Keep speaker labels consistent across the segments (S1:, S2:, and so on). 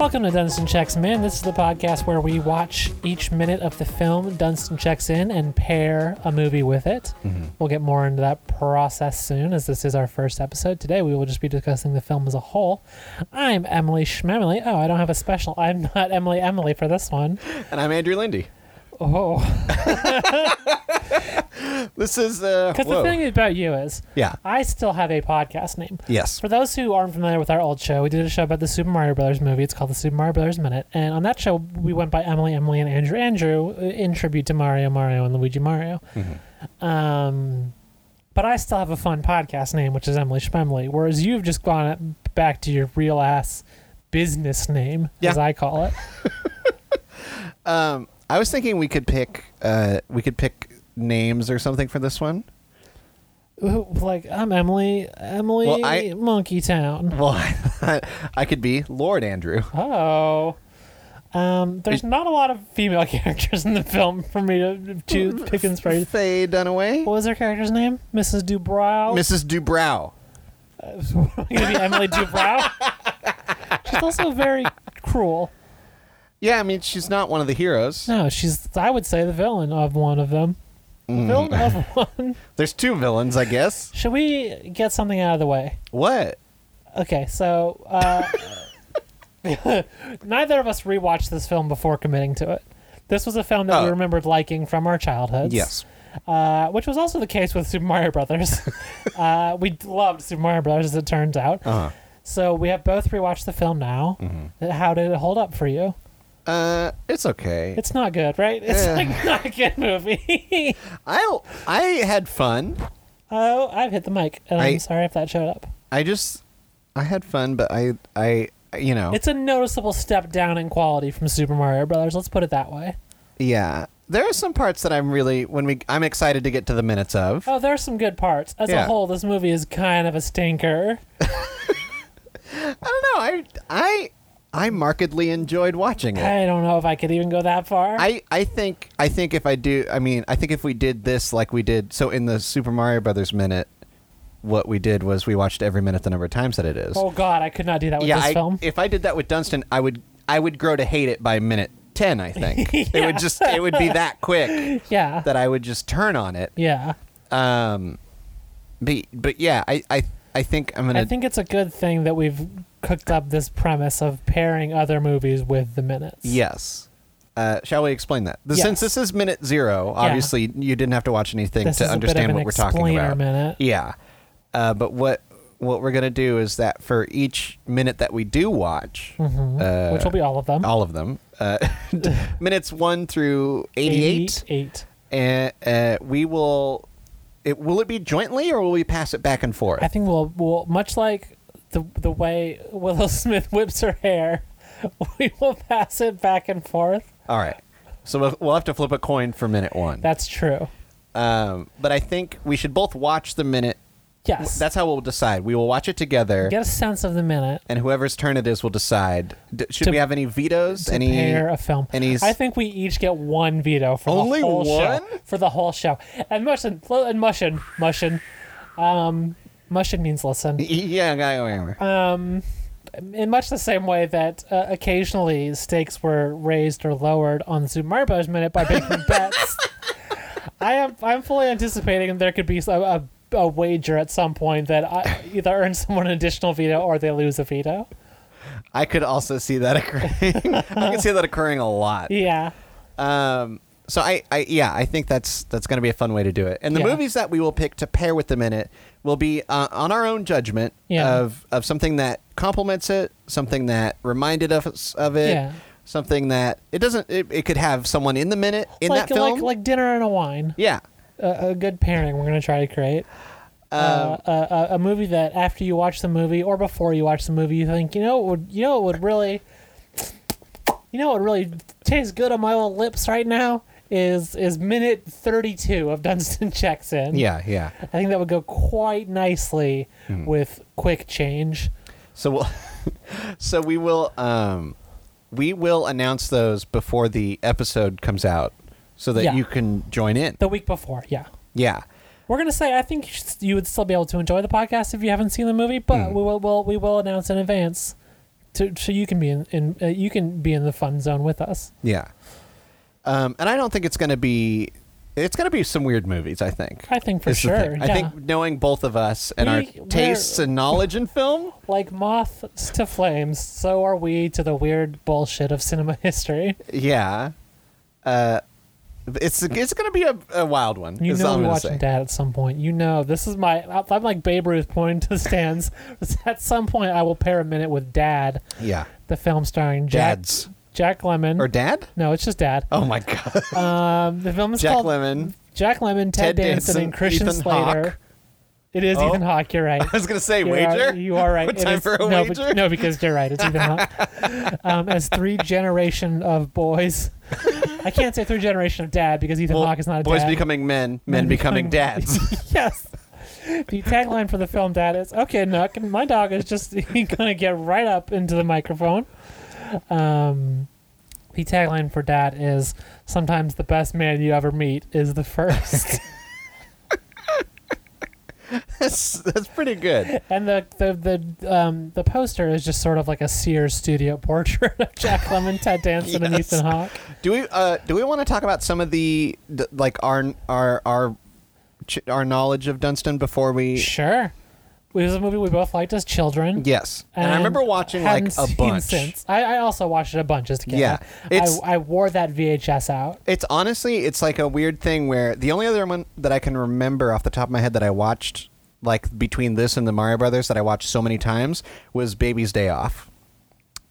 S1: Welcome to Dunstan Checks In. This is the podcast where we watch each minute of the film Dunstan Checks In and pair a movie with it. We'll get more into that process soon, as this is our first episode. Today, we will just be discussing the film as a whole. I'm Emily Schmemily. Oh, I don't have a special. I'm not Emily Emily for this one.
S2: And I'm Andrew Lindy.
S1: Oh,
S2: This is uh
S1: because the
S2: whoa.
S1: thing about you is,
S2: Yeah.
S1: I still have a podcast name.
S2: Yes.
S1: For those who aren't familiar with our old show, we did a show about the Super Mario Brothers movie. It's called the Super Mario Brothers Minute. And on that show, we went by Emily, Emily, and Andrew, Andrew uh, in tribute to Mario, Mario, and Luigi Mario.
S2: Mm-hmm.
S1: Um, but I still have a fun podcast name, which is Emily Schmemley, whereas you've just gone back to your real ass business name, as
S2: Yeah.
S1: I call it.
S2: Um I was thinking we could pick uh we could pick names or something for this one.
S1: Ooh, like, I'm Emily, Emily
S2: Well, I-
S1: Monkey Town.
S2: Well, I could be Lord Andrew.
S1: Oh. Um, there's not a lot of female characters in the film for me to choose pick and spray.
S2: Faye Dunaway.
S1: What was her character's name? Mrs. Dubrow.
S2: Mrs. Dubrow.
S1: Gonna be Emily Dubrow. she's also very cruel.
S2: Yeah, I mean she's not one of the heroes.
S1: No, she's I would say the villain of one of them. The
S2: Mm.
S1: Villain of one.
S2: There's two villains, I guess.
S1: Should we get something out of the way?
S2: What?
S1: Okay, so uh, neither of us rewatched this film before committing to it. This was a film that we
S2: Oh.
S1: remembered liking from our childhoods.
S2: Yes.
S1: uh, which was also the case with Super Mario Brothers. uh, we loved Super Mario Brothers, as it turns out.
S2: Uh-huh. Mm-hmm.
S1: So we have both rewatched the film now. Uh, How did it hold up for you?
S2: Uh it's okay.
S1: It's not good, right? It's
S2: Yeah.
S1: like not a good movie.
S2: I I had fun.
S1: oh, I've hit the mic, and I,
S2: I-
S1: am sorry if that showed up.
S2: I just I had fun, but I I you know.
S1: It's a noticeable step down in quality from Super Mario Brothers. Let's put it that way.
S2: Yeah. There are some parts that I'm really when we I'm excited to get to the minutes of.
S1: Oh, there are some good parts. As a
S2: Yeah.
S1: whole, this movie is kind of a stinker.
S2: I don't know. I I I markedly enjoyed watching it.
S1: I don't know if I could even go that far.
S2: I, I think I think if I do I mean I think if we did this like we did so in the Super Mario Brothers minute what we did was we watched every minute the number of times that it is.
S1: oh God, I could not do that with
S2: yeah,
S1: this
S2: I,
S1: film.
S2: if I did that with Dunstan I would I would grow to hate it by minute 10 I think. It would just it would be that quick
S1: yeah.
S2: that I would just turn on it.
S1: yeah.
S2: Um but, but yeah, I, I I think I'm going
S1: I
S2: to
S1: think it's a good thing that we've cooked up this premise of pairing other movies with the minutes.
S2: Yes. Uh, shall we explain that? The-
S1: Yes.
S2: Since this is minute zero, obviously you didn't have to watch anything
S1: This
S2: to
S1: is a bit of
S2: understand
S1: an
S2: what we're talking
S1: explainer
S2: about.
S1: minute.
S2: Yeah. Uh, but what what we're gonna do is that for each minute that we do watch, uh,
S1: which will be all of them.
S2: all of them, uh, minutes one through eighty-eight,
S1: Eight.
S2: and uh, we will. It, will it be jointly or will we pass it back and forth?
S1: I think we'll, we'll much like the the way Willow Smith whips her hair, we will pass it back and forth.
S2: All right. So we'll, we'll have to flip a coin for minute one.
S1: That's true.
S2: Um, but I think we should both watch the minute
S1: Yes.
S2: That's how we'll decide. We will watch it together,
S1: Get a sense of the minute.
S2: and whoever's turn it is will decide. D- should
S1: To-
S2: we have any vetoes?
S1: to
S2: Any?
S1: pair a film.
S2: any s-
S1: I think we each get one veto for
S2: Only
S1: the whole
S2: one?
S1: show. For the whole show. And mushin, and mushin, mushin. Um, mushin means listen.
S2: yeah, yeah,
S1: Uh,
S2: yeah.
S1: In much the same way that uh, occasionally stakes were raised or lowered on Super Mario Bros. Minute by making bets. I am I'm fully anticipating there could be a, a, a wager at some point that I either earn someone an additional veto or they lose a veto.
S2: I could also see that occurring. I can see that occurring a lot.
S1: Yeah.
S2: Um, so I, I, yeah, I think that's that's going to be a fun way to do it. And the
S1: Yeah.
S2: movies that we will pick to pair with the minute will be uh, on our own judgment
S1: Yeah.
S2: of of something that complements it, something that reminded us of it.
S1: Yeah.
S2: Something that it doesn't, it, it could have someone in the minute in
S1: like
S2: that film.
S1: like like dinner and a wine.
S2: yeah,
S1: a, a good pairing we're going to try to create. Uh, a, a, a movie that after you watch the movie or before you watch the movie, you think, you know, what would you know, it would really, you know, what really tastes good on my little lips right now is is minute thirty two of Dunstan checks in.
S2: yeah, yeah.
S1: I think that would go quite nicely with quick change.
S2: So we'll, so we will um we will announce those before the episode comes out so that
S1: Yeah.
S2: you can join in.
S1: The week before, yeah.
S2: yeah.
S1: We're gonna say I think you should-
S2: Hmm.
S1: you would still be able to enjoy the podcast if you haven't seen the movie, but we will, will we will announce in advance to, so you can be in, in uh, you can be in the fun zone with us.
S2: Yeah. Um, and I don't think it's going to be. It's going to be some weird movies. I think.
S1: I think for
S2: Is the
S1: sure.
S2: thing. I
S1: yeah.
S2: think knowing both of us and our
S1: We- we're-
S2: tastes and knowledge in film.
S1: like moths to flames, so are we to the weird bullshit of cinema history.
S2: Yeah. Uh, it's it's going to be a, a wild one.
S1: You
S2: is all
S1: know
S2: I'm
S1: we're
S2: gonna
S1: watching
S2: say.
S1: Dad at some point. You know this is my. I'm like Babe Ruth pointing to the stands. at some point, I will pair a minute with Dad,
S2: Yeah.
S1: the film starring Jack
S2: Dads
S1: Jack Lemon.
S2: or dad?
S1: no, it's just Dad.
S2: Oh my god.
S1: Um, the film is
S2: Jack
S1: called
S2: Lemon.
S1: Jack Lemon, Ted,
S2: Ted
S1: Danson,
S2: Danson,
S1: and Christian
S2: Ethan
S1: Slater.
S2: Hawke.
S1: It is
S2: Oh.
S1: Ethan Hawke. You're right.
S2: I was going to say
S1: You
S2: wager.
S1: Are, you are right. It
S2: Time
S1: is-
S2: for a
S1: no,
S2: wager.
S1: But, no, because you're right. It's even not. Um, as three generation of boys, I can't say three generation of dad because Ethan
S2: Well,
S1: Hawke is not a
S2: boys
S1: dad.
S2: becoming men, men,
S1: Men
S2: becoming,
S1: becoming-
S2: dads.
S1: yes. The tagline for the film Dad is okay, Nook. and My dog is just gonna get right up into the microphone. Um, the tagline for Dad is sometimes the best man you ever meet is the first.
S2: that's, that's pretty good.
S1: And the the the um, the poster is just sort of like a Sears studio portrait of Jack Lemmon, Ted Danson, and
S2: Yes.
S1: Ethan Hawke.
S2: Do we uh, do we want to talk about some of the, the like our our our ch- our knowledge of Dunstan before we?
S1: Sure, it was a movie we both liked as children.
S2: Yes, and, I remember watching like
S1: hadn't
S2: a
S1: seen
S2: bunch.
S1: Since. I, I also watched it a bunch as a kid.
S2: Yeah, it's-
S1: I, I wore that VHS out.
S2: It's honestly, it's like a weird thing where the only other one that I can remember off the top of my head that I watched like between this and the Mario Brothers that I watched so many times was Baby's Day Off.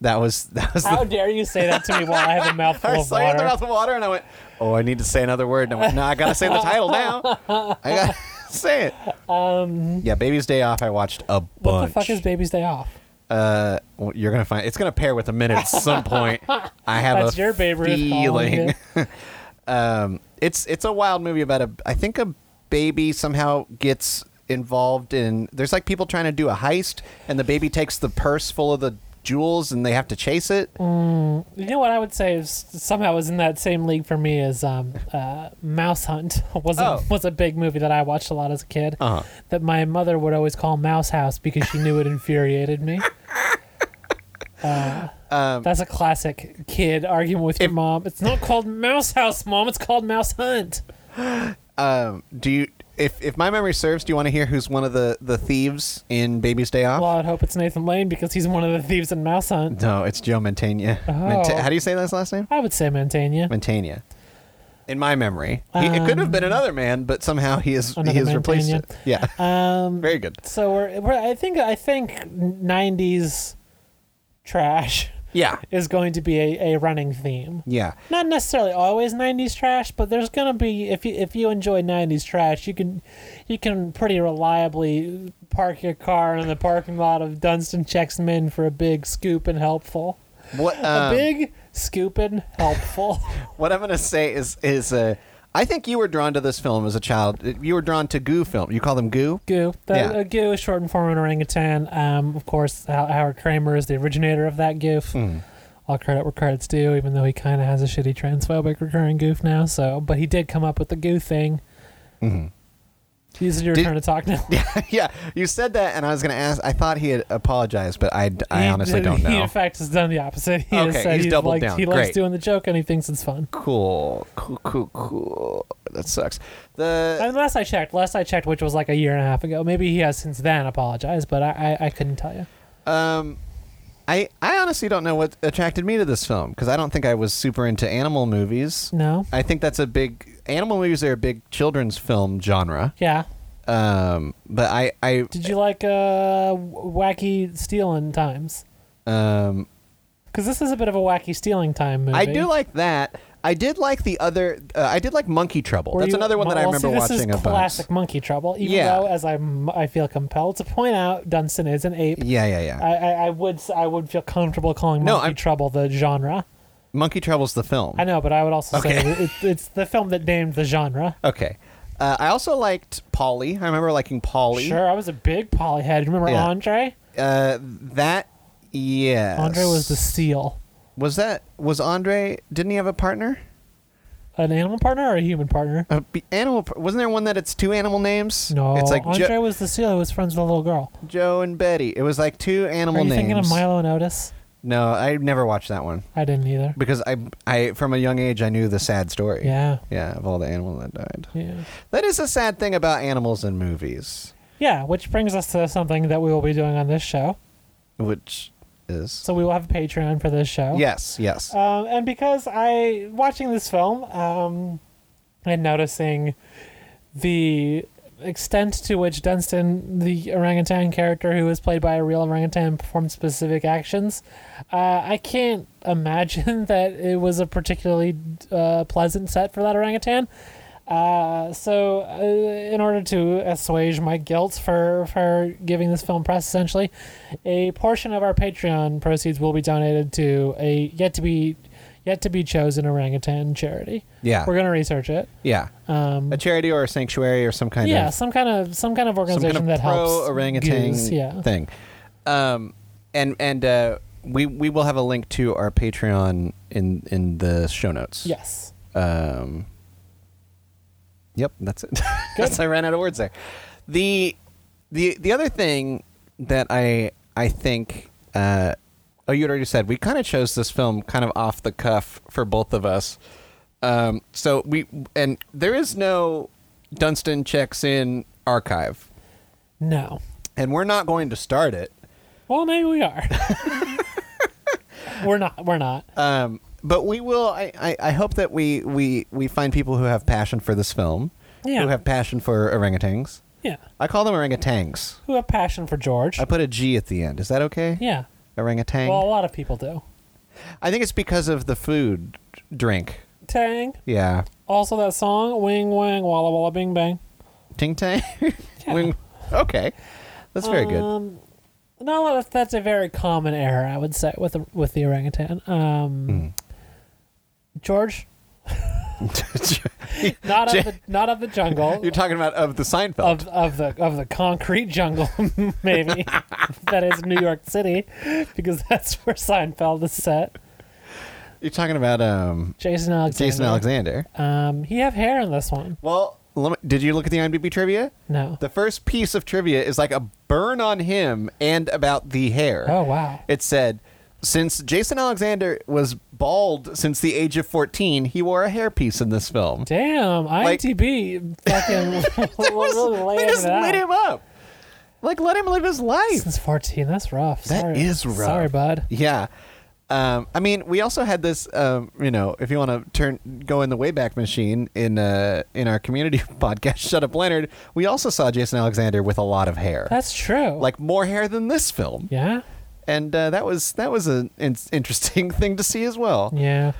S2: That was that was the
S1: How dare you say that to me while I have a mouthful
S2: I
S1: of
S2: saw you in the
S1: water?
S2: mouth of water, and I went, "Oh, I need to say another word." And I went, "No, I gotta say the title now. I gotta say it." Um, yeah, Baby's Day Off. I watched a bunch.
S1: What the fuck is Baby's Day Off?
S2: Uh, well, you're gonna find it's gonna pair with a minute at some point. I have
S1: That's
S2: a
S1: your Babe Ruth
S2: feeling.
S1: calling
S2: um, it's it's a wild movie about a. I think a baby somehow gets involved in. There's like people trying to do a heist, and the baby takes the purse full of the jewels, and they have to chase it.
S1: You know what I would say is somehow was in that same league for me as um, uh, Mouse Hunt was a,
S2: Oh.
S1: was a big movie that I watched a lot as a kid.
S2: Uh-huh.
S1: That my mother would always call Mouse House because she knew it infuriated me. Uh,
S2: Um,
S1: that's a classic kid argument with your mom. It's not called Mouse House, mom. It's called Mouse Hunt.
S2: Um, do you, if if my memory serves, do you want to hear who's one of the the thieves in Baby's Day Off?
S1: Well, I would hope it's Nathan Lane because he's one of the thieves in Mouse Hunt.
S2: no, it's Joe Mantegna. Mante-
S1: Oh.
S2: how do you say his last name?
S1: I would say Mantegna.
S2: Mantegna. In my memory, he, it could have been another man, but somehow he has he
S1: Um, Another
S2: has replaced
S1: Mantegna.
S2: it. Yeah,
S1: Um,
S2: very good.
S1: so we're, we're I think I think '90s trash
S2: Yeah,
S1: is going to be a, a running theme.
S2: yeah.
S1: Not necessarily always '90s trash, but there's going to be if you if you enjoy '90s trash, you can you can pretty reliably park your car in the parking lot of Dunstan Checks Min for a big scoop and helpful.
S2: What
S1: A
S2: um,
S1: big scoop and helpful.
S2: what I'm gonna say is is uh, I think you were drawn to this film as a child. You were drawn to Goo film. You call them Goo.
S1: Goo. The,
S2: Yeah.
S1: uh, goo is shortened for an orangutan. Um, of course, Ho- Howard Kramer is the originator of that goof.
S2: Hmm.
S1: All credit where credit's due, even though he kind of has a shitty transphobic recurring goof now. So, but he did come up with the goo thing. These are your
S2: Mm-hmm. Did-
S1: turn to talk now.
S2: yeah, you said that, and I was gonna ask. I thought he had apologized, but I, I
S1: He-
S2: honestly don't know.
S1: He in fact has done the opposite. He has
S2: Okay,
S1: said
S2: he's
S1: he's
S2: doubled
S1: liked-
S2: down.
S1: He likes
S2: Great.
S1: doing the joke and he thinks it's fun.
S2: cool, cool, cool, cool. That sucks. The
S1: And last I checked, last I checked, which was like a year and a half ago. Maybe he has since then apologized, but I I, I couldn't tell you.
S2: um, I I honestly don't know what attracted me to this film because I don't think I was super into animal movies.
S1: No.
S2: I think that's a big animal movies are a big children's film genre.
S1: Yeah.
S2: Um, but I I
S1: Did you like uh w- wacky stealing times?
S2: um
S1: Because this is a bit of a wacky stealing time movie.
S2: I do like that. I did like the other. Uh, I did like Monkey Trouble.
S1: Were
S2: That's
S1: you-
S2: another one that I
S1: well,
S2: remember
S1: see, this
S2: watching
S1: Is
S2: a
S1: classic
S2: bunch.
S1: Monkey Trouble. Even
S2: Yeah.
S1: though, as I m- I feel compelled to point out, Dunstan is an ape.
S2: Yeah, yeah, yeah.
S1: I, I, I would s- I would feel comfortable calling
S2: No,
S1: Monkey
S2: I'm-
S1: Trouble the genre.
S2: Monkey Trouble's the film.
S1: I know, but I would also
S2: Okay.
S1: say that it, it's the film that named the genre.
S2: Okay. Uh, I also liked Polly. I remember liking Polly.
S1: Sure, I was a big polyhead. Remember
S2: Yeah.
S1: Andre?
S2: Uh, that yeah.
S1: Andre was the seal,
S2: Was that was Andre? Didn't he have a partner?
S1: an animal partner or a human partner?
S2: A b- animal? par- Wasn't there one that it's two animal names?
S1: No,
S2: It's like
S1: Andre
S2: jo-
S1: was the seal who was friends with a little girl.
S2: Joe and Betty. It was like two
S1: Are
S2: animal
S1: you
S2: names.
S1: thinking of Milo and Otis?
S2: No, I never watched that one
S1: I didn't either.
S2: because I, I from a young age I knew the sad story.
S1: Yeah.
S2: Yeah, of all the animals that died.
S1: Yeah.
S2: That is a sad thing about animals in movies,
S1: Yeah, which brings us to something that we will be doing on this show.
S2: which is
S1: So we will have a Patreon for this show.
S2: yes, yes.
S1: Um, and because I watching this film um, and noticing the extent to which Dunstan, the orangutan character who is played by a real orangutan, performed specific actions, uh, I can't imagine that it was a particularly uh, pleasant set for that orangutan. Uh, so, uh, in order to assuage my guilt for, for giving this film press, essentially, a portion of our Patreon proceeds will be donated to a yet to be yet to be chosen orangutan charity.
S2: Yeah.
S1: We're gonna research it.
S2: yeah.
S1: Um,
S2: a charity or a sanctuary or some kind
S1: yeah,
S2: of
S1: some kind of some kind of
S2: some
S1: organization
S2: kind of
S1: that
S2: pro
S1: helps
S2: orangutan
S1: goose, Yeah,
S2: thing. Um, and and uh, we we will have a link to our Patreon in in the show notes.
S1: yes.
S2: Um, yep, that's it. that's I ran out of words there. The the the other thing that I I think uh, oh you already said we kind of chose this film kind of off the cuff for both of us. Um, so we and there is no Dunstan checks in archive,
S1: No.
S2: and we're not going to start it.
S1: Well, maybe we are. we're not. We're not.
S2: Um, but we will. I, I, I hope that we, we we find people who have passion for this film,
S1: Yeah.
S2: who have passion for orangutans.
S1: yeah.
S2: I call them orangutans.
S1: Who have passion for George?
S2: I put a G at the end. Is that okay?
S1: yeah.
S2: Orangutan.
S1: Well, a lot of people do.
S2: I think it's because of the food drink.
S1: Tang.
S2: Yeah.
S1: Also, that song, Wing Wang, Walla Walla Bing Bang.
S2: Ting tang. Wing- Okay. That's very good.
S1: Um, no, that's, that's a very common error, I would say, with the, with the orangutan. Um, George, not of the not of the jungle,
S2: You're talking about of the Seinfeld.
S1: of of the of the concrete jungle, maybe that is New York City, because that's where Seinfeld is set.
S2: You're talking about um,
S1: Jason Alexander.
S2: Jason Alexander.
S1: Um, he have hair in this one.
S2: Well, let me, did you look at the IMDb trivia?
S1: No.
S2: The first piece of trivia is like a burn on him and about the hair.
S1: Oh wow.
S2: It said, since Jason Alexander was bald since the age of 14, he wore a hairpiece in this film.
S1: Damn,
S2: Like-
S1: IMDb fucking
S2: Just-
S1: really
S2: they
S1: laying
S2: just
S1: it out.
S2: lit him up. Like, let him live his life.
S1: Since 14, that's rough.
S2: That
S1: Sorry.
S2: is rough.
S1: Sorry, bud.
S2: Yeah. Um, I mean, we also had this. Um, you know, if you want to turn go in the Wayback Machine in uh, in our community podcast, Shut Up Leonard. We also saw Jason Alexander with a lot of hair,
S1: That's true.
S2: like more hair than this film,
S1: yeah,
S2: and uh, that was that was an in- interesting thing to see as well.
S1: yeah.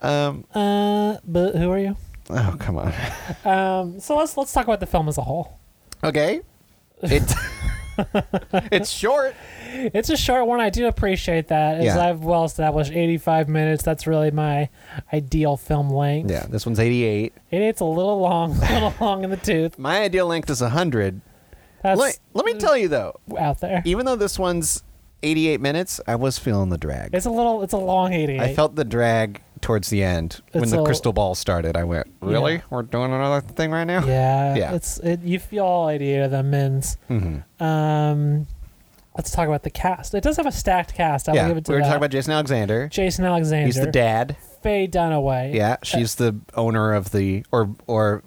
S2: Um,
S1: Uh, but who are you?
S2: oh come on.
S1: Um, so let's let's talk about the film as a whole.
S2: Okay. It, it's short.
S1: It's a short one. I do appreciate that. As
S2: Yeah.
S1: I've well established, 85 minutes. That's really my ideal film length.
S2: Yeah, this one's 88.
S1: It- it's a little long, a little long in the tooth.
S2: My ideal length is 100.
S1: That's
S2: Let, let me tell you though,
S1: out there.
S2: even though this one's 88 minutes, I was feeling the drag.
S1: It's a little. It's a long 88.
S2: I felt the drag towards the end when
S1: It's
S2: the
S1: a-
S2: crystal ball started. I went, "Really?
S1: Yeah.
S2: We're doing another thing right now?"
S1: Yeah.
S2: Yeah.
S1: It's it. You feel all 88 of them men's.
S2: Mhm.
S1: Um, let's talk about the cast. It does have a stacked cast. I'll
S2: yeah. We
S1: give
S2: were
S1: it to
S2: talking
S1: that.
S2: about Jason Alexander.
S1: Jason Alexander.
S2: He's the dad.
S1: Faye Dunaway.
S2: Yeah, she's the owner of the or or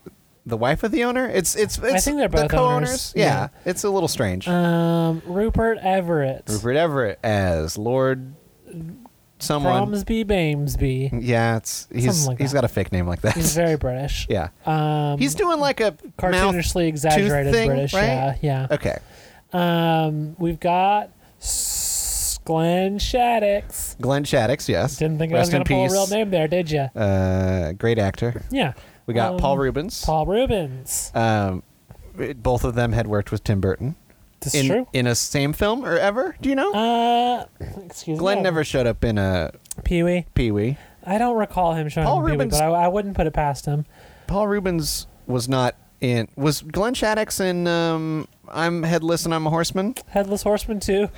S2: the wife of the owner. It's it's, it's
S1: think they're
S2: the
S1: both owners.
S2: Yeah,
S1: Yeah.
S2: it's a little strange.
S1: Um, Rupert Everett.
S2: Rupert Everett as Lord someone.
S1: Bromsby Bamesby.
S2: Yeah, it's he's
S1: Something like
S2: he's
S1: that.
S2: got a fake name like that.
S1: He's very British.
S2: yeah,
S1: Um,
S2: he's doing like a mouth.
S1: cartoonishly exaggerated
S2: thing,
S1: British.
S2: right?
S1: Yeah, yeah.
S2: Okay,
S1: Um, we've got S- Glenn Shaddix.
S2: Glenn Shaddix. Yes,
S1: Didn't think I was
S2: Rest in
S1: going to pull a
S2: peace.
S1: real name there, did you?
S2: Uh, great actor.
S1: Yeah.
S2: We got
S1: Um,
S2: Paul Rubens.
S1: Paul Rubens.
S2: Um, it- both of them had worked with Tim Burton
S1: That's
S2: in
S1: true.
S2: in a same film or ever. Do you know?
S1: Uh, excuse
S2: Glenn
S1: me.
S2: never showed up in uh, a
S1: Pee Wee.
S2: Pee Wee.
S1: I don't recall him showing
S2: Paul
S1: Pee Wee,
S2: Rubens-
S1: but I, I wouldn't put it past him.
S2: Paul Rubens was not in. Was Glenn Shaddix in? Um, I'm headless and I'm a horseman.
S1: Headless Horseman too.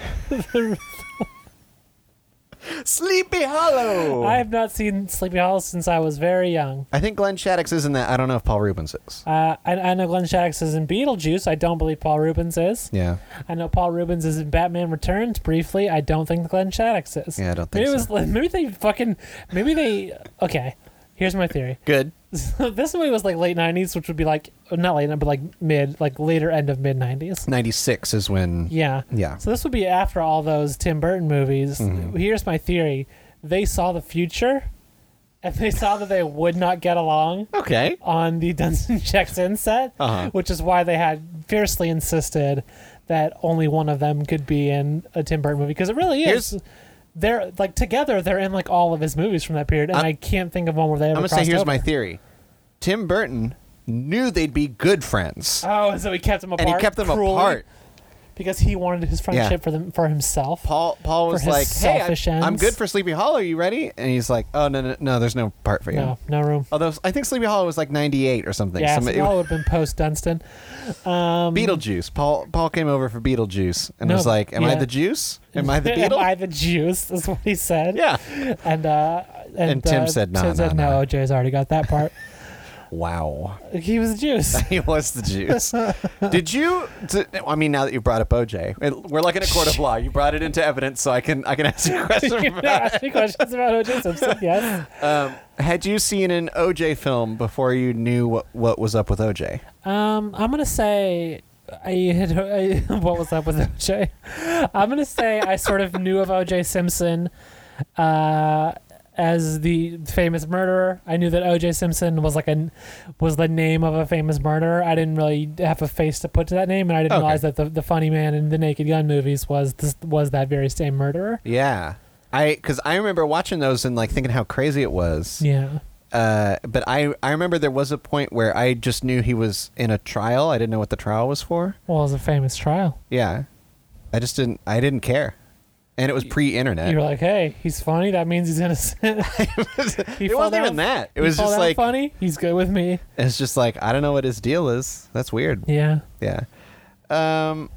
S2: Sleepy Hollow.
S1: I
S2: I,
S1: have not seen Sleepy Hollow since I was very young.
S2: think Glenn Shaddix is in that. I don't know if Paul Rubens is.
S1: Uh, I, I know Glenn Shaddix is in Beetlejuice. I don't believe Paul Rubens is.
S2: Yeah.
S1: I know Paul Rubens is in Batman Returns briefly. I don't think Glenn Shaddix is.
S2: Yeah, I don't think
S1: maybe
S2: so.
S1: It was, maybe they fucking. Maybe they. Okay, here's my theory.
S2: Good.
S1: this movie was like late '90s, which would be like not late, but like mid, like later end of mid '90s.
S2: 96 is when.
S1: Yeah.
S2: Yeah. Mm-hmm.
S1: So this would be after all those Tim Burton movies. Here's my theory: they saw the future, and they saw that they would not get along
S2: Okay.
S1: on the Dunson checks in set,
S2: Uh-huh.
S1: which is why they had fiercely insisted that only one of them could be in a Tim Burton movie because it really is.
S2: Here's-
S1: they're like together. They're in like all of his movies from that period, and
S2: I'm-
S1: I'm, I can not think of one where they ever.
S2: I'm gonna say
S1: crossed
S2: here's
S1: over.
S2: my theory. Tim Burton knew they'd be good friends,
S1: Oh, so he kept them apart.
S2: and he kept them
S1: cruelly
S2: apart.
S1: because he wanted his friendship for them for himself.
S2: Paul Paul was
S1: his
S2: like, "Hey, I,
S1: selfish
S2: am
S1: ends.
S2: good for Sleepy Hollow. You ready?" And he's like, "Oh no, no, no. There's no part for you."
S1: no, no room.
S2: Although I think Sleepy Hollow was like 98 or something.
S1: Yeah,
S2: Some-
S1: so
S2: it-
S1: that would have been Um, post Dunstan.
S2: Beetlejuice. Paul Paul came over for Beetlejuice and
S1: No,
S2: was like, "Am I
S1: yeah.
S2: the juice? Am I the beetle?"
S1: Am I the juice? Is what he said.
S2: yeah.
S1: And uh, and,
S2: And Tim
S1: uh,
S2: said, "No,
S1: Tim
S2: no,
S1: said,
S2: no."
S1: no, OJ's already got that part.
S2: Wow.
S1: he was a juice.
S2: He was the juice. Did you? d- I mean, now that you brought up OJ, it- we're like in a court of law. You brought it into evidence, so I can I can ask you a question.
S1: You
S2: about
S1: ask me questions about OJ Simpson. Yes.
S2: it. Um, had you seen an OJ film before you knew what what was up with OJ?
S1: Um, I'm gonna say I had. I, what was up with OJ? I'm gonna say I sort of knew of OJ Simpson, uh, as the famous murderer. I knew that OJ Simpson was like a was the name of a famous murderer. I didn't really have a face to put to that name, and I didn't
S2: Okay.
S1: realize that the the funny man in the Naked Gun movies was this, was that very same murderer.
S2: Yeah. I because I remember watching those and like thinking how crazy it was.
S1: Yeah.
S2: Uh, but I I remember there was a point where I just knew he was in a trial. I didn't know what the trial was for.
S1: Well, it was a famous trial.
S2: Yeah. I just didn't I didn't care. And it was pre-internet.
S1: You were like, "Hey, he's funny. That means he's innocent." He
S2: Uh, it
S1: fell
S2: wasn't
S1: down-
S2: even that.
S1: he
S2: It was
S1: fell
S2: just
S1: down
S2: like
S1: funny. He's good with me.
S2: it's just like I don't know what his deal is. That's weird.
S1: Yeah.
S2: Yeah. Um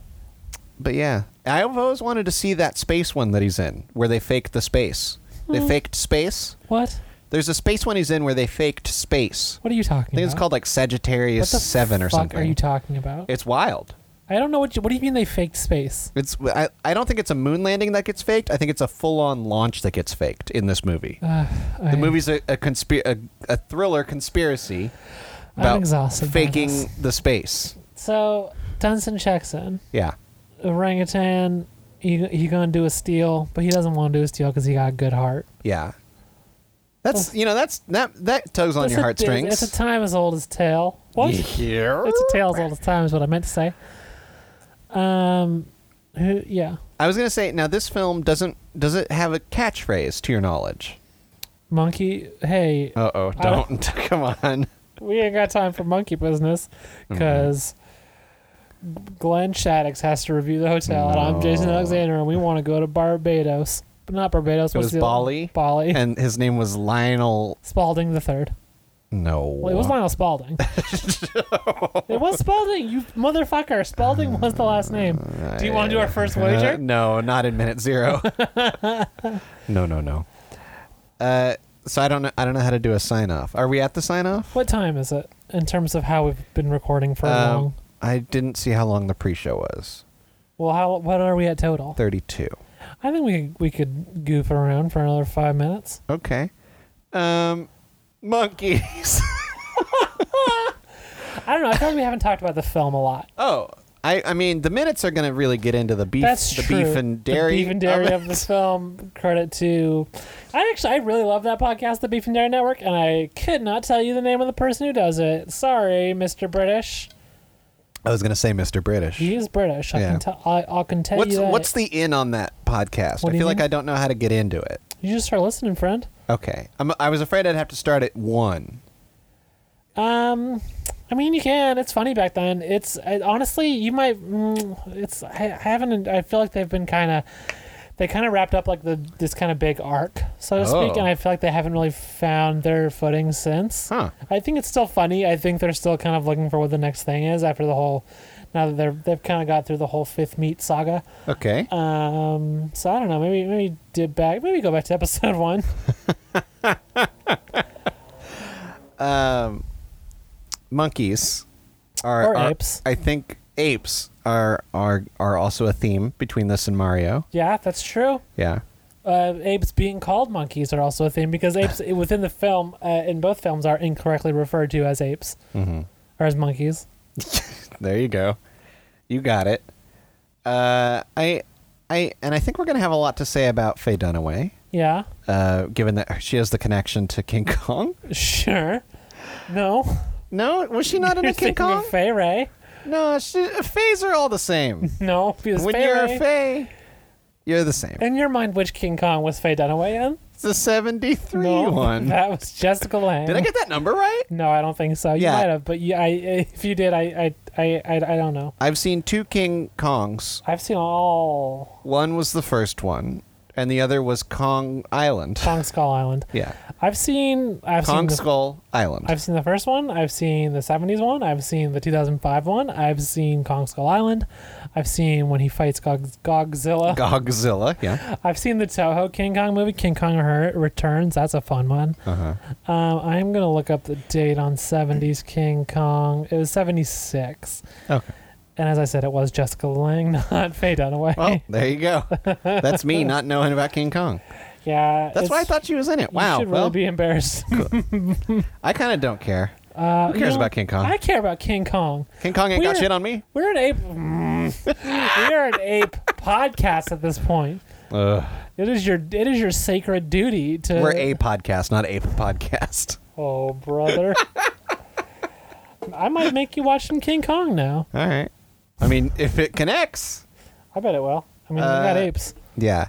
S2: but yeah, I've always wanted to see that space one that he's in where they faked the space. They
S1: Hmm.
S2: faked space.
S1: What?
S2: There's a space one he's in where they faked space.
S1: What are you talking?
S2: I think
S1: about?
S2: it's called like Sagittarius
S1: What the
S2: Seven or
S1: fuck
S2: something.
S1: Are you talking about?
S2: it's wild.
S1: I don't know what. You, what do you mean they faked space?
S2: It's I, I don't think it's a moon landing that gets faked. I think it's a full on launch that gets faked in this movie.
S1: Uh, I,
S2: the movie's a a, conspir- a a thriller conspiracy
S1: I'm
S2: about
S1: exhausted by this.
S2: faking the space.
S1: So Dunson checks in.
S2: Yeah.
S1: Orangutan. He he gonna do a steal, but he doesn't want to do a steal because he got a good heart.
S2: Yeah. That's you know that's that that tugs on
S1: It's
S2: your
S1: a-
S2: heartstrings.
S1: It's a time as old as tail. What?
S2: Yeah.
S1: It's a tale as old as time is what I meant to say. Um, who, yeah,
S2: I was gonna say now this film doesn't does it have a catchphrase to your knowledge?
S1: monkey. Hey,
S2: Uh oh,
S1: I don't-
S2: don't come on.
S1: we ain't got time for monkey business
S2: Mm-hmm.
S1: because Glenn Shaddix has to review the hotel, and I'm Jason
S2: No.
S1: Alexander, and we want to go to Barbados. But not Barbados.
S2: It
S1: what's
S2: was
S1: the other-
S2: Bali.
S1: Bali.
S2: and his name was Lionel.
S1: Spalding the third.
S2: No,
S1: Well, it was Lionel Spalding. it was Spalding. You motherfucker. Spalding was the last name. Do you want to do our first
S2: Uh,
S1: wager?
S2: no, not in minute zero. no, no, no. Uh, so I don't know. I don't know how to do a sign off. Are we at the sign off?
S1: What time is it in terms of how we've been recording
S2: Um,
S1: for long?
S2: I didn't see how long the pre-show was.
S1: Well, how what are we at total?
S2: Thirty-two.
S1: I think we we could goof around for another five minutes.
S2: Okay. Um, monkeys.
S1: I don't know. I feel like we haven't talked about the film a lot.
S2: oh, I. I mean, the minutes are going to really get into the beef.
S1: That's
S2: the
S1: true.
S2: beef and dairy.
S1: The
S2: Um,
S1: beef and dairy
S2: it.
S1: of this film. Credit to, I actually I really love that podcast, the Beef and Dairy Network, and I could not tell you the name of the person who does it. Sorry, Mister British.
S2: I was going to say Mr. British.
S1: He is British. I
S2: Yeah.
S1: can tell. I, I can tell
S2: What's
S1: you that.
S2: what's the in on that podcast?
S1: What
S2: I
S1: do you
S2: feel like
S1: mean?
S2: I don't know how to get into it.
S1: you just start listening, friend.
S2: Okay, I'm, I was afraid I'd have to start at one.
S1: Um, I mean, you can. It's funny back then. It's I, honestly, you might. Mm, it's I, I haven't. I feel like they've been kind of. They kind of wrapped up like the this kind of big arc, so to speak,
S2: Oh.
S1: and I feel like they haven't really found their footing since.
S2: Huh.
S1: I think it's still funny. I think they're still kind of looking for what the next thing is after the whole now that they're they've kind of got through the whole fifth meat saga.
S2: Okay.
S1: Um, so I don't know. Maybe maybe dip back. Maybe go back to episode one.
S2: Um, monkeys are,
S1: Or
S2: are-
S1: apes.
S2: I think apes are are are also a theme between this and Mario.
S1: yeah, that's true.
S2: Yeah.
S1: Uh, apes being called monkeys are also a thing because apes within the film, uh, in both films, are incorrectly referred to as apes
S2: Mm-hmm.
S1: or as monkeys.
S2: There you go. You got it. Uh, I I and I think we're gonna have a lot to say about Faye Dunaway.
S1: Yeah,
S2: Uh, given that she has the connection to King Kong.
S1: sure. No,
S2: No, was she not in
S1: You're
S2: a King
S1: thinking
S2: Kong?
S1: of Fay Ray.
S2: No, she, Fays are all the same.
S1: No, because
S2: when
S1: Fay
S2: you're
S1: Wray-
S2: a Faye, you're the same.
S1: In your mind, which King Kong was Faye Dunaway in?
S2: It's the 73
S1: No,
S2: one.
S1: that was Jessica Lange.
S2: Did I get that number right?
S1: No, I don't think so. You
S2: Yeah.
S1: might have, but yeah, I, if you did, I, I, I, I, I don't know.
S2: I've seen two King Kongs.
S1: I've seen all
S2: One was the first one, and the other was Kong Island.
S1: Kong Skull Island.
S2: Yeah.
S1: I've seen, I've
S2: Kong
S1: seen, the,
S2: Skull Island.
S1: I've seen the first one. I've seen the '70s one. I've seen the 2005 one. I've seen Kong Skull Island. I've seen when he fights Gog, Gogzilla.
S2: Gogzilla. Yeah.
S1: I've seen the Toho King Kong movie, King Kong Her- Returns. That's a fun one.
S2: Uh-huh.
S1: Um, I'm gonna look up the date on '70s King Kong. It was '76.
S2: Okay.
S1: And as I said, it was Jessica Lang, not Faye Dunaway.
S2: Well, there you go. That's me not knowing about King Kong.
S1: yeah,
S2: That's why I
S1: it's-
S2: thought she was in it. Wow.
S1: You should
S2: well,
S1: really be embarrassed.
S2: I kind of don't care.
S1: Uh,
S2: Who
S1: you
S2: cares
S1: know,
S2: about King Kong?
S1: I care about King Kong.
S2: King Kong ain't got
S1: We're-
S2: shit on me.
S1: We're an ape. Mm. we are an ape podcast at this point.
S2: Ugh.
S1: It is your it is your sacred duty to.
S2: We're a podcast, not ape podcast.
S1: Oh, brother. I might make you watch some King Kong now.
S2: All right. I mean, if it connects.
S1: I bet it will. I mean, we got
S2: Uh,
S1: apes.
S2: Yeah.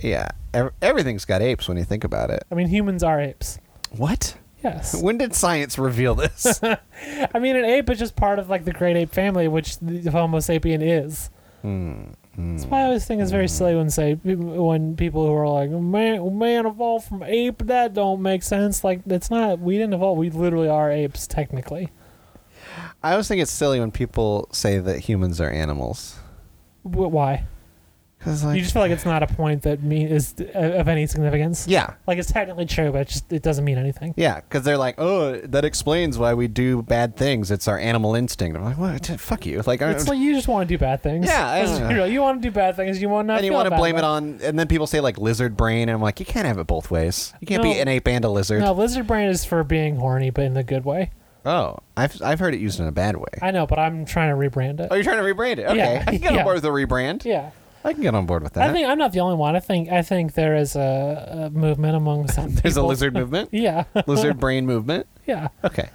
S2: Yeah. Ev- everything's got apes when you think about it.
S1: I mean, humans are apes.
S2: What?
S1: Yes.
S2: When did science reveal this?
S1: I mean, an ape is just part of like the great ape family, which the Homo sapien is.
S2: Hmm.
S1: That's why I always think it's very silly when say when people who are like man man evolved from ape that don't make sense. Like it's not we didn't evolve. We literally are apes technically.
S2: I always think it's silly when people say that humans are animals.
S1: Wh- Why?
S2: Because like,
S1: You just feel like it's not a point that mean is uh, of any significance.
S2: yeah,
S1: Like it's technically true, but it just it doesn't mean anything.
S2: yeah, because they're like, oh, that explains why we do bad things. It's our animal instinct. I'm like, what? T- Fuck you. Like, I
S1: It's
S2: don't-
S1: like you just want to do bad things.
S2: Yeah, I
S1: Let's
S2: don't
S1: be
S2: know.
S1: real. you want to do bad things. You want to not.
S2: and you
S1: feel
S2: want to
S1: bad
S2: blame it
S1: about
S2: on, and then people say like lizard brain, and I'm like, you can't have it both ways. You can't be
S1: No.
S2: an ape and a lizard.
S1: No, lizard brain is for being horny, but in the good way.
S2: Oh, I've I've heard it used in a bad way.
S1: I know, but I'm trying to rebrand it.
S2: oh, you're trying to rebrand it. Okay,
S1: Yeah,
S2: I can get
S1: yeah.
S2: on board with the rebrand.
S1: yeah.
S2: I can get on board with that.
S1: I think I'm not the only one. I think I think there is a, a movement among some.
S2: There's a
S1: people.
S2: lizard movement,
S1: Yeah.
S2: lizard brain movement.
S1: yeah.
S2: Okay.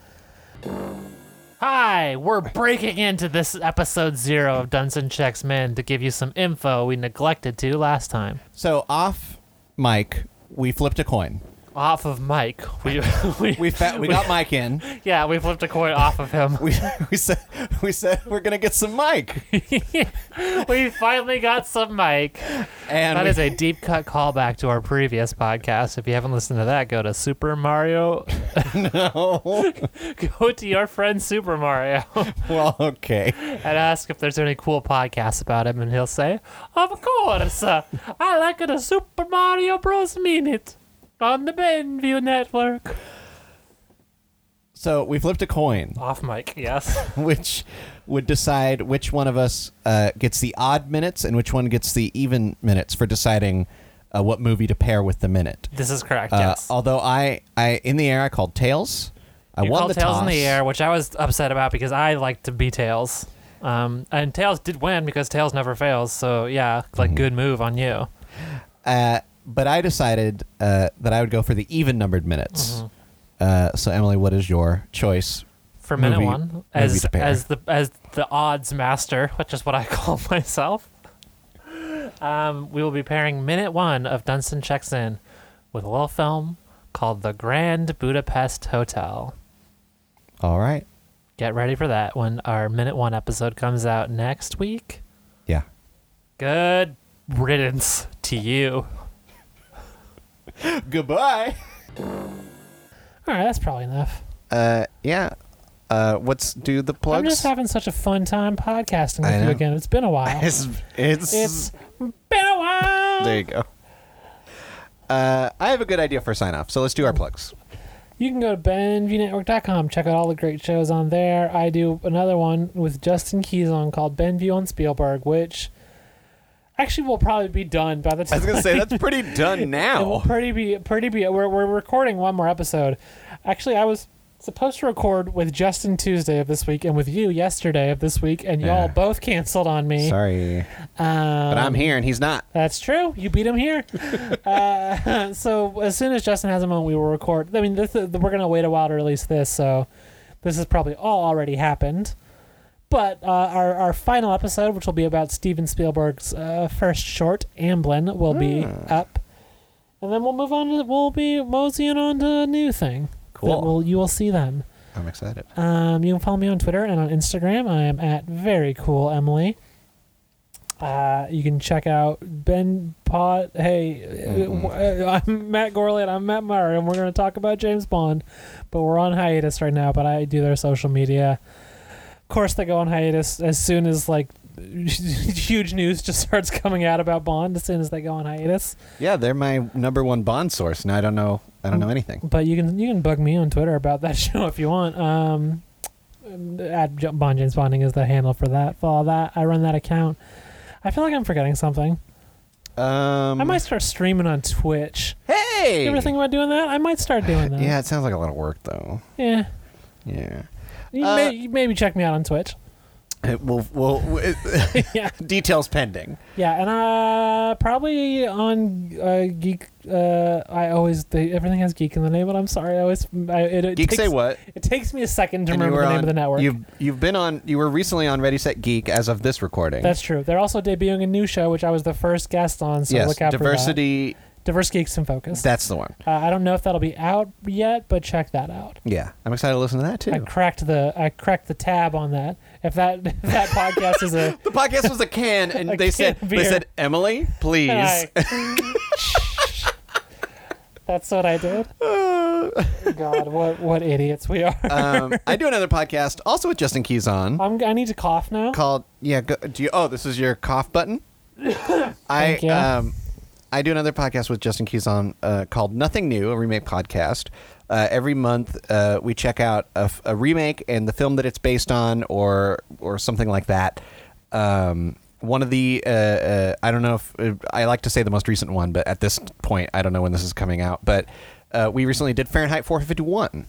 S1: Hi, we're breaking into this episode zero of Dunson Checks Men to give you some info we neglected to last time.
S2: So off mic, we flipped a coin.
S1: Off of Mike, we we,
S2: We fa- we got Mike in.
S1: yeah we flipped a coin off of him.
S2: We we said we said we're gonna get some Mike,
S1: we finally got some Mike.
S2: and
S1: That
S2: we-
S1: is a deep cut callback to our previous podcast. If you haven't listened to that, go to Super Mario.
S2: no.
S1: Go to your friend Super Mario
S2: well, okay.
S1: and ask if there's any cool podcasts about him, and he'll say, "Of course, uh, I like the Super Mario Bros. Minute on the Benview Network."
S2: So we flipped a coin,
S1: Off mic, yes.
S2: which would decide which one of us uh, gets the odd minutes and which one gets the even minutes for deciding uh, what movie to pair with the minute.
S1: This is correct.
S2: Uh,
S1: yes.
S2: Although I, I in the air, I called tails. I
S1: you
S2: won
S1: called
S2: the
S1: tails in
S2: toss.
S1: the air, which I was upset about because I like to be tails. Um, and tails did win because tails never fails. So yeah, like
S2: Mm-hmm.
S1: good move on you.
S2: Uh, but I decided uh, that I would go for the even numbered minutes.
S1: Mm-hmm.
S2: Uh, so Emily, what is your choice?
S1: for minute
S2: movie-
S1: one
S2: movie
S1: as
S2: to pair.
S1: as the as the odds master, which is what I call myself. Um, we will be pairing minute one of Dunstan checks in with a little film called The Grand Budapest Hotel.
S2: All right.
S1: Get ready for that when our minute one episode comes out next week.
S2: Yeah.
S1: Good riddance to you.
S2: Goodbye.
S1: All right, that's probably enough.
S2: Uh, yeah. Uh, what's do the plugs?
S1: I'm just having such a fun time podcasting
S2: I
S1: with you
S2: know.
S1: again. It's been a while.
S2: it's, it's
S1: it's been a while.
S2: there you go. Uh, I have a good idea for sign off. So let's do our plugs.
S1: You can go to BenviewNetwork.com, check out all the great shows on there. I do another one with Justin Keys on called Benview on Spielberg, which actually will probably be done by the
S2: I
S1: time
S2: was gonna say that's pretty done
S1: it will
S2: now.
S1: pretty be pretty be we're, we're recording one more episode. Actually I was supposed to record with Justin Tuesday of this week and with you yesterday of this week and y'all
S2: Yeah.
S1: both canceled on me.
S2: Sorry,
S1: Um,
S2: but I'm here and he's not.
S1: that's true. You beat him here. uh, so as soon as Justin has a moment, we will record. I mean, this, uh, we're going to wait a while to release this, so this has probably all already happened. But uh, our, our final episode, which will be about Steven Spielberg's uh, first short, Amblin, will be up. And then we'll move on to, we'll be moseying on to a new thing.
S2: Cool.
S1: That we'll, you will see then.
S2: I'm excited.
S1: Um, you can follow me on Twitter and on Instagram. I am at very cool Emily. Uh, you can check out Ben Pot. Hey, uh, I'm Matt Gorley and I'm Matt Murray, and we're going to talk about James Bond, but we're on hiatus right now. But I do their social media. Of course, they go on hiatus as soon as like huge news just starts coming out about Bond. As soon as they go on hiatus,
S2: Yeah, they're my number one bond source, and I don't know. I don't know
S1: Mm.
S2: anything.
S1: But you can you can bug me on Twitter about that show if you want. Um, at J- Bond James Bonding is the handle for that. Follow that. I run that account. I feel like I'm forgetting something.
S2: Um,
S1: I might start streaming on Twitch.
S2: Hey.
S1: You ever think about doing that? I might start doing that.
S2: Yeah, it sounds like a lot of work though.
S1: Yeah.
S2: Yeah.
S1: You
S2: Uh,
S1: may, you maybe check me out on Twitch.
S2: We'll, we'll, we
S1: yeah.
S2: details pending.
S1: Yeah, and uh, probably on uh, Geek. Uh, I always they, everything has Geek in the name, but I'm sorry. I always I, it, it
S2: Geek
S1: takes,
S2: say what?
S1: It takes me a second to
S2: And you
S1: remember
S2: were
S1: the name
S2: on-
S1: of the network.
S2: You've you've been on. You were recently on Ready Set Geek as of this recording.
S1: That's true. They're also debuting a new show, which I was the first guest on. So
S2: yes.
S1: look out
S2: diversity.
S1: for that. Diverse Geeks in Focus.
S2: That's the one.
S1: uh, I don't know if that'll be out yet, but check that out.
S2: Yeah, I'm excited to listen to that
S1: I
S2: too.
S1: cracked the I cracked the tab on that. If that if that podcast is a
S2: The podcast was a can, and
S1: A
S2: they
S1: can
S2: said
S1: of
S2: they
S1: beer.
S2: said Emily, please.
S1: I- That's what I did. God, what what idiots we are.
S2: um, I do another podcast also with Justin Keys on
S1: I'm I need to cough now.
S2: called yeah. Go, do you? Oh, this is your cough button. I
S1: Thank you.
S2: um, I do another podcast with Justin Keys on uh, called Nothing New, a remake podcast. Uh, every month, uh, we check out a, f- a remake and the film that it's based on, or or something like that. Um, one of the uh, uh, I don't know if uh, I like to say the most recent one, but at this point, I don't know when this is coming out. But uh, we recently did Fahrenheit 451.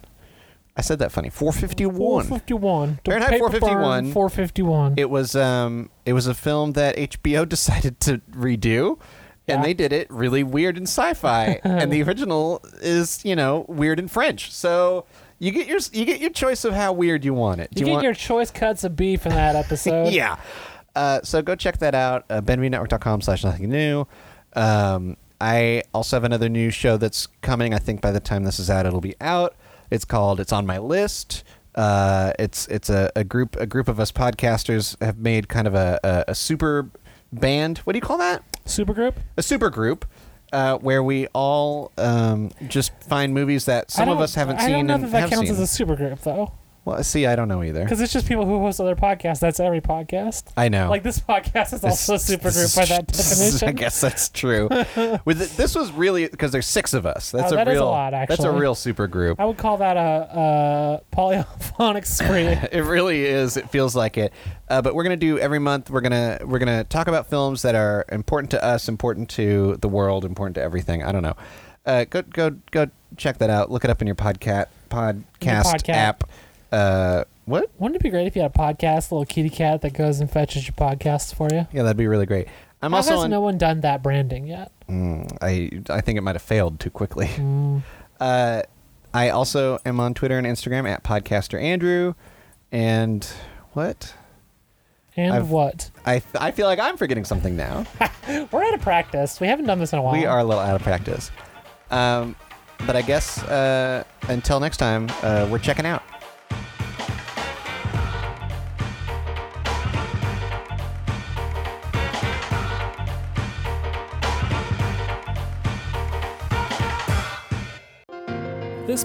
S2: I said that funny. 451.
S1: 451. The
S2: Fahrenheit
S1: paper burn,
S2: 451.
S1: 451.
S2: It was um it was a film that HBO decided to redo and
S1: Yeah.
S2: they did it really weird in sci-fi and the original is, you know, weird in French. So you get your you get your choice of how weird you want it. Do
S1: you, get
S2: want
S1: your choice cuts of beef in that episode.
S2: Yeah. Uh, so go check that out uh, benvnetwork.com slash nothing new. Um, I also have another new show that's coming. I think by the time this is out, it'll be out. It's called "It's on My List." Uh, it's it's a, a group a group of us podcasters have made kind of a, a, a super band. What do you call that?
S1: Supergroup?
S2: A super group uh, where we all um, just find movies that some
S1: I
S2: of
S1: don't-
S2: us haven't
S1: I
S2: seen
S1: don't know
S2: and
S1: that that
S2: have
S1: counts
S2: seen.
S1: as a supergroup though,
S2: well, see, I don't know either.
S1: because it's just people who host other podcasts. That's every podcast.
S2: I know.
S1: Like this podcast is also a
S2: This- this is
S1: supergroup by that
S2: tr- I
S1: definition.
S2: guess that's true. With th- this was really because there's six of us. That's
S1: Oh,
S2: a
S1: that is a
S2: real.
S1: lot,
S2: That's a
S1: actually.
S2: real super group.
S1: I would call that a, a polyphonic spree.
S2: It really is. It feels like it. Uh, but we're gonna do every month. We're gonna we're gonna talk about films that are important to us, important to the world, important to everything. I don't know. Uh, go go go check that out. Look it up in your podcat podcast
S1: podcat.
S2: app. Uh, what?
S1: Wouldn't it be great if you had a podcast, a little kitty cat that goes and fetches your podcasts for you?
S2: Yeah, that'd be really great. I'm
S1: How
S2: also
S1: has
S2: on.
S1: no one done that branding yet?
S2: Mm, I I think it might have failed too quickly. Uh, I also am on Twitter and Instagram at podcaster andrew, and what
S1: And
S2: I've-
S1: what?
S2: I I feel like I'm forgetting something now.
S1: We're out of practice. We haven't done this in a while.
S2: we are a little out of practice, um, but I guess uh, until next time, uh, we're checking out.
S3: This